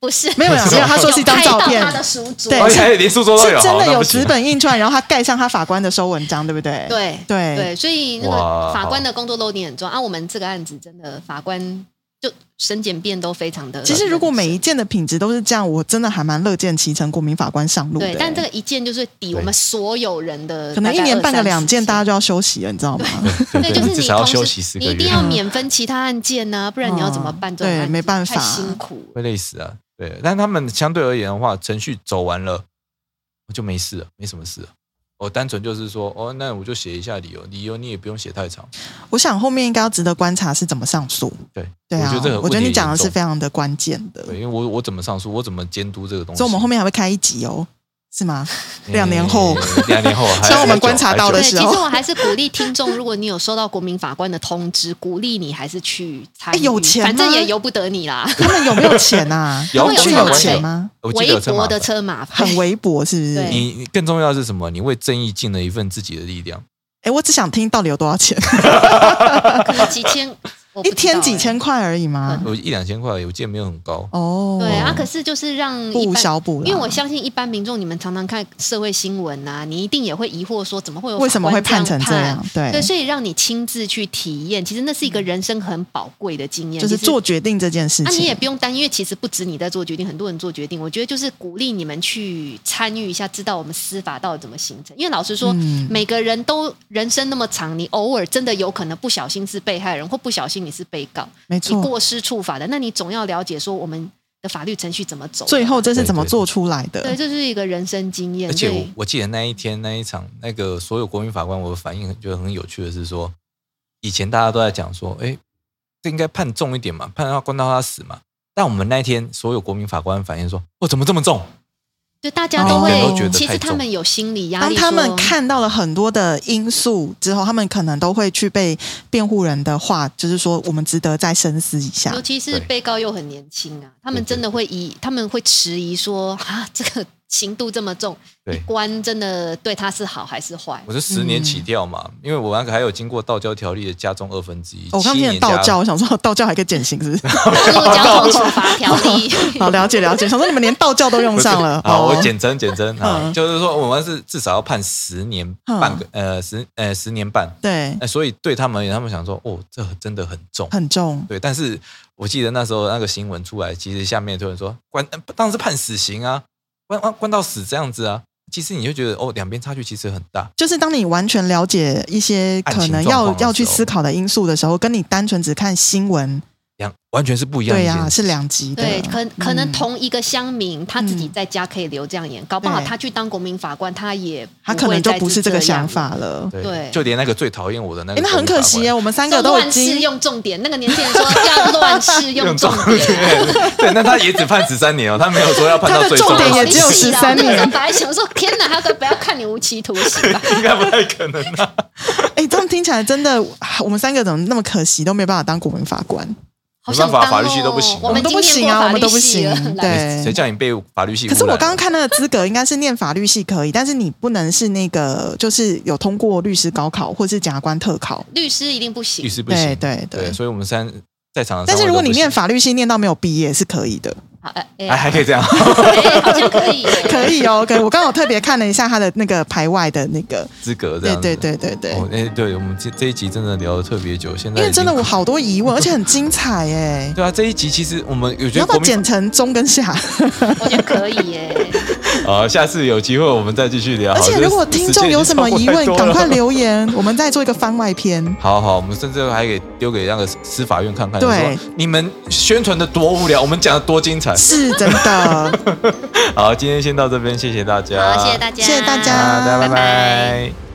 Speaker 3: 不是
Speaker 2: 没有没有没有他说是一张照片
Speaker 3: 有拍到他的书桌，
Speaker 2: 对
Speaker 1: 而
Speaker 2: 是
Speaker 1: 且哎连书桌都
Speaker 2: 是
Speaker 1: 有，
Speaker 2: 真
Speaker 1: 啊好
Speaker 2: 的
Speaker 1: 那
Speaker 2: 有
Speaker 1: 不行
Speaker 2: 纸本印出来，然后他盖上他法官的收文章，对不对？
Speaker 3: 对
Speaker 2: 对
Speaker 3: 对，所以那个
Speaker 1: 哇
Speaker 3: 法官的工作 loading 很重啊。我们这个案子真的法官就审检辩都非常的认
Speaker 2: 其
Speaker 3: 真。
Speaker 2: 实如果每一件的品质都是这样，我真的还蛮乐见其成，国民法官上路的、
Speaker 3: 对，但这个一件就是抵我们所有人的，
Speaker 2: 可能一年半个两件，大家
Speaker 3: 家。
Speaker 2: 就要休息了，你知道吗？嗯
Speaker 3: 对，就是
Speaker 1: 至
Speaker 3: 你
Speaker 1: 少要
Speaker 3: 同
Speaker 1: 休
Speaker 3: 时
Speaker 1: 息四
Speaker 3: 你
Speaker 1: 个
Speaker 3: 一
Speaker 1: 月
Speaker 3: 定，要免分其他案件 呐、不然你要怎么办？
Speaker 2: 嗯
Speaker 3: 这种案子
Speaker 2: 对没办法
Speaker 3: 太辛苦了。
Speaker 1: 会累死啊。对，但他们相对而言的话，程序走完了，我就没事了，没什么事了。我单纯就是说，哦，那我就写一下理由，理由你也不用写太长。
Speaker 2: 我想后面应该要值得观察是怎么上诉。
Speaker 1: 对，
Speaker 2: 对啊，
Speaker 1: 我觉得这个
Speaker 2: 我觉得
Speaker 1: 问题
Speaker 2: 你讲的
Speaker 1: 严重
Speaker 2: 是非常的关键的，
Speaker 1: 对，因为我我怎么上诉，我怎么监督这个东西？
Speaker 2: 所以我们后面还会开一集哦，是吗？两年后
Speaker 1: 嗯两 年后，还
Speaker 2: 像我们观察到的
Speaker 3: 对，
Speaker 1: 还
Speaker 3: 其
Speaker 2: 时
Speaker 3: 实
Speaker 2: 候
Speaker 3: 我还是鼓励听众，如果你有收到国民法官的通知，鼓励你还是去参与，
Speaker 2: 哎有钱吗
Speaker 3: 反正也由不得你啦。
Speaker 2: 他们有没有钱 啊？
Speaker 1: 有
Speaker 2: 他们
Speaker 3: 有
Speaker 2: 是
Speaker 3: 有
Speaker 2: 有
Speaker 3: 有
Speaker 2: 钱吗？
Speaker 1: 有我记得
Speaker 3: 微
Speaker 1: 有车马
Speaker 3: 薄的
Speaker 1: 费
Speaker 3: 车马费，
Speaker 2: 很微薄是不是？
Speaker 3: 对
Speaker 2: 哎、
Speaker 1: 你你更重要的是什么？你为正义尽了一份自己的力量。
Speaker 2: 我只想听到底有多少钱，
Speaker 3: 可 能几千，我不
Speaker 2: 一
Speaker 3: 知道
Speaker 2: 天几
Speaker 3: 哎
Speaker 2: 千块而已吗？
Speaker 1: 我一两千块，我记得没有很高。
Speaker 2: 哦，
Speaker 3: 对啊，可是就是让一
Speaker 2: 不
Speaker 3: 般，
Speaker 2: 小补啦，
Speaker 3: 因为我相信一般民众，你们常常看社会新闻啊，你一定也会疑惑说，怎么会有
Speaker 2: 为什么会
Speaker 3: 法官
Speaker 2: 判
Speaker 3: 这
Speaker 2: 成
Speaker 3: 样
Speaker 2: 这样？？对
Speaker 3: 对，所以让你亲自去体验，其实那是一个人生很宝贵的经验，
Speaker 2: 就是
Speaker 3: 其实
Speaker 2: 做。决定这件事
Speaker 3: 啊，你也
Speaker 2: 情。
Speaker 3: 不用担心，因为其实不止你在做决定，很多人做决定。我觉得就是鼓励你们去参与一下，知道我们司法到底怎么形成。因为老实说，
Speaker 2: 嗯
Speaker 3: 每个人都人生那么长，你偶尔真的有可能不小心是被害人，或不小心你是被告。
Speaker 2: 没
Speaker 3: 你
Speaker 2: 错，
Speaker 3: 过失触法的，那你总要了解说我们的法律程序怎么走。
Speaker 2: 最后这是怎么
Speaker 1: 对对对
Speaker 2: 做出来的？
Speaker 3: 对，这是一个人生经验。
Speaker 1: 而且我
Speaker 3: 对
Speaker 1: 我记得那一天那一场，那个所有国民法官，我的反应很觉得很有趣的是说，以前大家都在讲说，哎，这应该判重一点嘛，判他关到他死嘛。但我们那一天所有国民法官反映说，哦，怎么这么重？
Speaker 3: 就大家都会
Speaker 2: 每个人都觉，
Speaker 1: 得
Speaker 3: 其
Speaker 1: 太
Speaker 3: 实他
Speaker 1: 重
Speaker 3: 们有心理压力说，
Speaker 2: 当他们看到了很多的因素之后，他们可能都会去被辩护人的话，就是说我们值得再深思一下哦
Speaker 3: 尤。其是
Speaker 1: 对
Speaker 3: 被告又很年轻啊，他
Speaker 1: 对
Speaker 3: 们
Speaker 1: 对
Speaker 3: 真的
Speaker 1: 对
Speaker 3: 会疑，他们会迟疑说啊，这个刑度这么重，一
Speaker 1: 对
Speaker 3: 关真的对他是好还是 坏？
Speaker 1: 我是十年起跳嘛，因为我那个还有经过道教条例的加重二分之一，
Speaker 2: 我刚
Speaker 1: 七
Speaker 2: 听
Speaker 1: 年
Speaker 2: 见道
Speaker 1: 加
Speaker 2: 教，我想说道教还可以减刑，是不 是？
Speaker 3: 大陆交通处罚条例，
Speaker 2: 好，了解了解。想说你们连道教都用
Speaker 1: 不是
Speaker 2: 上了，
Speaker 1: 好，
Speaker 2: 哦
Speaker 1: 我简称简称啊，
Speaker 2: 嗯
Speaker 1: 就是说我们是至少要判十年半个，呃，十呃十年半。
Speaker 2: 对
Speaker 1: 那所以对他们而言，他们想说，哦，这真的很重。
Speaker 2: 很重，
Speaker 1: 对，但是我记得那时候那个新闻出来，其实下面就有人说关，呃当然是判死刑啊，关关关到死这样子啊。其实你就觉得哦，两边差距其实很大。
Speaker 2: 就是当你完全了解一些可
Speaker 1: 案
Speaker 2: 能要
Speaker 1: 情状况的时候
Speaker 2: 要去思考的因素的时候，跟你单纯只看新闻，
Speaker 1: 两完全是不一样的
Speaker 2: 对
Speaker 1: 一件
Speaker 2: 呀、
Speaker 1: 事。
Speaker 2: 是两极的。
Speaker 3: 对，可可能
Speaker 2: 嗯
Speaker 3: 同一个乡民，他自己在家可以留这样言，搞不好
Speaker 2: 对
Speaker 3: 他去当国民法官，他也
Speaker 2: 他可能就不是这个想
Speaker 3: 法。
Speaker 2: 法了。
Speaker 3: 对
Speaker 1: 就连那个最讨厌我的那
Speaker 2: 哎
Speaker 1: 个，，
Speaker 2: 那很可惜耶，
Speaker 1: 啊。
Speaker 2: 我们三
Speaker 3: 这
Speaker 2: 个都已
Speaker 3: 乱适
Speaker 2: 经
Speaker 3: 用重点，那个年轻人说要乱适用重点。
Speaker 1: 对， 对那他也只判十三年哦，他没有说要判到最重
Speaker 2: 他
Speaker 1: 的
Speaker 2: 的重点也只有
Speaker 3: 你是啊
Speaker 2: 13
Speaker 3: 那个时候
Speaker 2: 年
Speaker 3: 本来想说，天哪，他可不要看你无期徒刑吧？
Speaker 1: 应该不太可能啊。
Speaker 2: 哎，这样听起来真的，我们三个怎么那么可惜，都没办法当国民法官？
Speaker 3: 好想
Speaker 1: 没办法
Speaker 3: 当
Speaker 1: 法律系都不行
Speaker 3: 哦
Speaker 1: 我
Speaker 3: 我
Speaker 1: 们
Speaker 3: 们
Speaker 2: 都不
Speaker 3: 今
Speaker 2: 行
Speaker 3: 天
Speaker 2: 啊，
Speaker 3: 过
Speaker 2: 我们都
Speaker 3: 法
Speaker 2: 不
Speaker 3: 律系了
Speaker 2: 行。
Speaker 3: 来
Speaker 1: 谁
Speaker 2: 对，
Speaker 1: 叫你被法律系污
Speaker 2: 可
Speaker 1: 染的？
Speaker 2: 是我刚刚看那个资格，应该是念法律系可以，但是你不能是那个就是有通过律师高考或是检察官特考。
Speaker 1: 啊
Speaker 3: 律师一定不行
Speaker 1: 律。师不
Speaker 2: 对
Speaker 1: 行，
Speaker 2: 对
Speaker 1: 对
Speaker 2: 对。
Speaker 1: 所以我们三在场的三
Speaker 2: 但
Speaker 1: 位
Speaker 2: 是如果你
Speaker 1: 都不行
Speaker 2: 念，法律系念到没有毕业是可以的，
Speaker 3: 好， 哎、
Speaker 1: 还
Speaker 3: 哎
Speaker 1: 还可以这样，
Speaker 3: 哎好像可以耶，
Speaker 2: 可以哦。可以，我刚好特别看了一下他的那个排外的那个，
Speaker 1: 资格这
Speaker 2: 对
Speaker 1: 样子。
Speaker 2: 对对对对，
Speaker 1: 哦，哎，对我们这这一集真的聊得特别久，现在
Speaker 2: 因为
Speaker 1: 已经
Speaker 2: 真的我好多疑问，而且很精彩哎。
Speaker 1: 对啊，这一集其实我们有
Speaker 2: 你
Speaker 1: 觉
Speaker 2: 要
Speaker 1: 得
Speaker 2: 不要
Speaker 1: 国民
Speaker 2: 剪成中跟下？
Speaker 3: 我觉得可以 耶。
Speaker 1: 啊，下次有机会我们再继续聊。
Speaker 2: 而且
Speaker 1: 这
Speaker 2: 如果听众有什么疑
Speaker 1: 时间
Speaker 2: 问
Speaker 1: 已，经超过太多
Speaker 2: 赶
Speaker 1: 了
Speaker 2: 快。留言，我们再做一个番外篇。
Speaker 1: 好好，我们甚至还给丢给那个司法院看看，
Speaker 2: 对
Speaker 1: 说你们宣传的多无聊，我们讲的多精彩。
Speaker 2: 是真的，
Speaker 1: 好，今天先到这边，谢谢大家，
Speaker 3: 好，谢谢大家，
Speaker 2: 谢谢大家
Speaker 1: 啊大家拜
Speaker 3: 拜拜
Speaker 1: 拜